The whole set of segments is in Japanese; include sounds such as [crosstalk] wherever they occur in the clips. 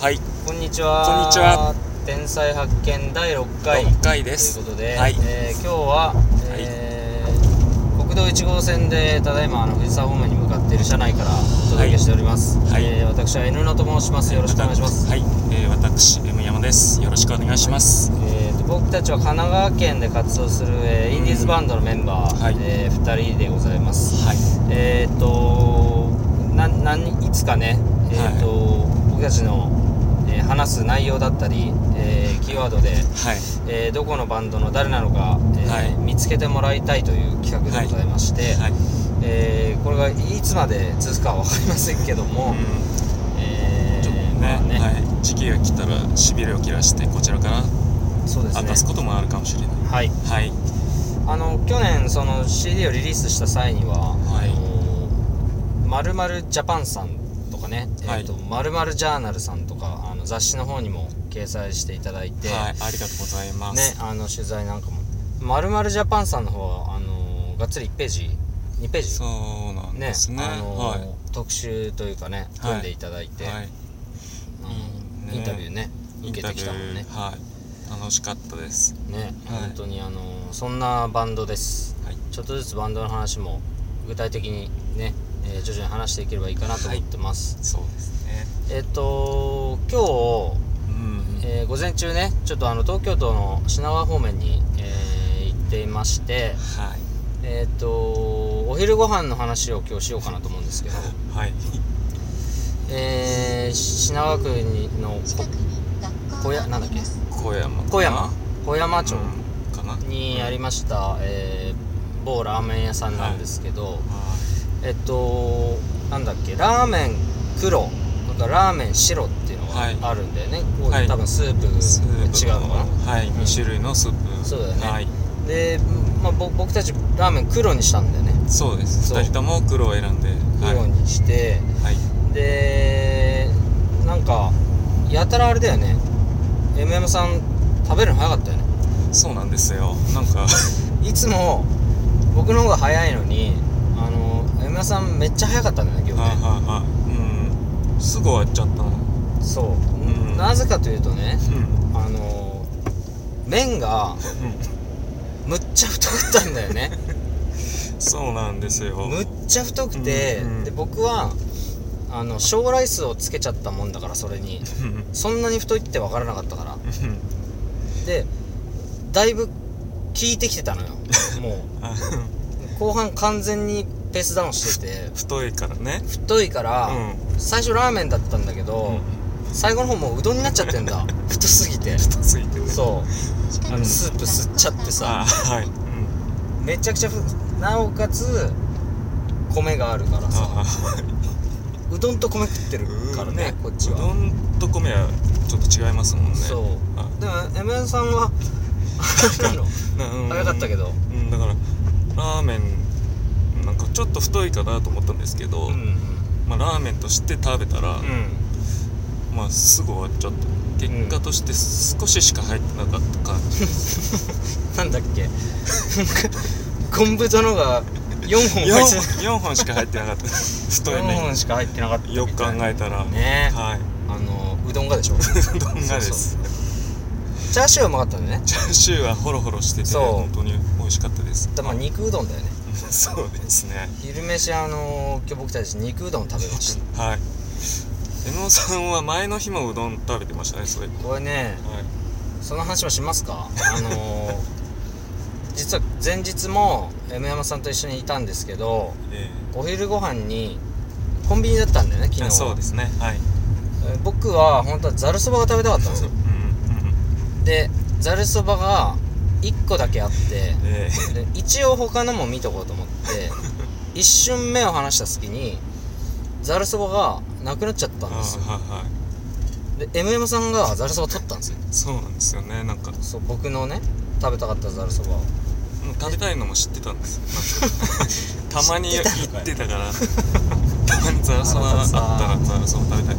はいこんにちは。こんにちは。天才発見第6回6回ですということで、はいえー今日は、えー国道1号線でただいまあの藤沢方面に向かっている車内からお届けしております。はいはいえー私は N のと申します。よろしくお願いします。はい、えー、私 M 山ですよろしくお願いしますえーと僕たちは神奈川県で活動する、えーインディーズバンドのメンバー、はいえ2人でございます。はいえっ、とな何いつかね、えーと僕たちの、えー話す内容だったり、えーキーワードで、はいえーどこのバンドの誰なのか、えーはい見つけてもらいたいという企画でございまして、はい、えーこれがいつまで続くかは分かりませんけども、うんえーちょっとね,、まあねはい、時期が来たらしびれを切らしてこちらからそうです渡すねこともあるかもしれないはいはいあの去年その CD をリリースした際には「はいあのまるまるジャパン」さんとかね「はいえーとまるまるジャーナル」さんとかあの雑誌の方にも掲載していただいて、はいありがとうございまねす、あの取材なんかも「まるまるジャパン」さんの方はあのがっつり1ページ2ページそうなんねですねあのはい特集というかねはい組んでいただいて、はいあのいいねインタビューねイン受けタてビュきたもんねーはい楽しかったですね、はい本当にあのそんなバンドですはいちょっとずつバンドの話も具体的にね、えー徐々に話していければいいかなと思ってます、そうですねえっ、と今うん日、えー午前中ねちょっとあの東京都の品川方面に、えー行っていましてはいえっ、とお昼ご飯の話を今日しようかなと思うんですけど、 [laughs] はいえー品川区にのこ小屋なんだっけ小山かな小山小山町うんかなにありました、えー某ラーメン屋さんなんですけど、はえっとなんだっけラーメン黒なんかラーメン白っていうのはいがあるんだよね、こうはい多分スープいスープ違うのかはいん2種類のスープそうだよねはいなで、まあ、ぼ僕たちラーメン黒にしたんだよねそうですそう2人とも黒を選んではい黒にして、はいでなんかやたらあれだよね MM さん食べるの早かったよねそうなんですよなんかいつも僕の方が早いのにあの MM さんめっちゃ早かったんだよねはい今日ねはいはいうんすぐ終わっちゃったなそうう、んなぜかというとねうんあの麺がむっちゃ太かったんだよね [laughs] そうなんですよむっちゃ太くて、うんうんで僕はあの小ライスをつけちゃったもんだからそれにうんそんなに太いって分からなかったからうん [laughs] でだいぶ効いてきてたの [laughs] よもあう後半完全にペースダウンしてて太いからね太いから、う最初ラーメンだったんだけど、最後の方もううどんになっちゃって [laughs] んだ太すぎて太すぎてねそうあのスープ吸っちゃってさあはいうんめちゃくちゃふなおかつ米があるからさあはいうどんと米食ってるからねこっちはうどんと米はちょっと違いますもんねそうあでも M さんはあれなのなうん早かったけどうんだからラーメンなんかちょっと太いかなと思ったんですけど、うんまあ、ラーメンとして食べたら、うんまあ、すぐ終わっちゃった結果として少ししか入ってなかった感じ、なんだっけ [laughs] 昆布殿が4本四入ってな 4, 本しか入ってなかった太い4麺本しか入ってなかったよく考えたらねはいあのうどんがでしょ [laughs] うどんがですチャーシューはうまかったんだよねチャーシューはホロホロしててそう本当に美味しかったですだからまあ肉うどんだよねそうですね昼飯あの今日僕たち肉うどん食べましたはい江野さんは前の日もうどん食べてましたねそれはいこれねその話もしますかあのー [laughs] 実は前日も M 山さんと一緒にいたんですけどえお昼ご飯にコンビニだったんだよねえ昨日あはそうですねはいえー僕は本当はざるそばが食べたかったんですようんうんでざるそばが1個だけあってえで一応他のも見とこうと [laughs] 思って一瞬目を離した隙にざるそばがなくなっちゃったあんですよはいはで M 山さんがざるそば取ったんですよいそうなんですよねなんかもそう僕のね食べたかったざるそばをう食べたいのも知ってたんですよ [laughs] たまに知行ってたのかよってたからたまにザラそばあったらザラそば食べたい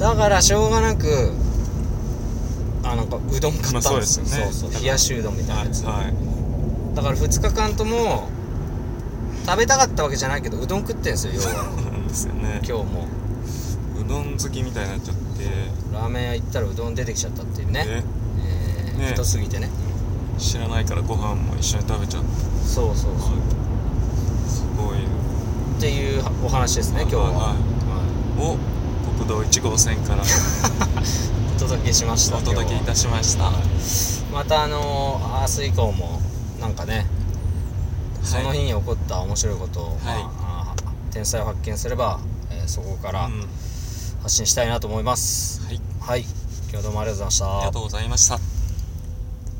だからしょうがなくあなんかうどん買ったんまあでそうすよ、ですよねそうそう冷やしうどんみたいなやつ、はいだから2日間とも食べたかったわけじゃないけどうど [laughs] ん食ってんですよ要はそうなんですよね今日もうどん好きみたいになっちゃってラーメン屋行ったらうどん出てきちゃったっていうねねえーね太すぎてね知らないからご飯も一緒に食べちゃったそうそうそうすごいっていうお話ですね今日は、はいはいはを国道1号線からいお届けしましたお届けい今たしました、日はまたあのー、明日以降もなんかね、 [laughs] その日に起こった面白いことを、はいまああー天才を発見すれば、えーそこからうん発信したいなと思います、はい、はい今日はどうもありがとうございましたありがとうございました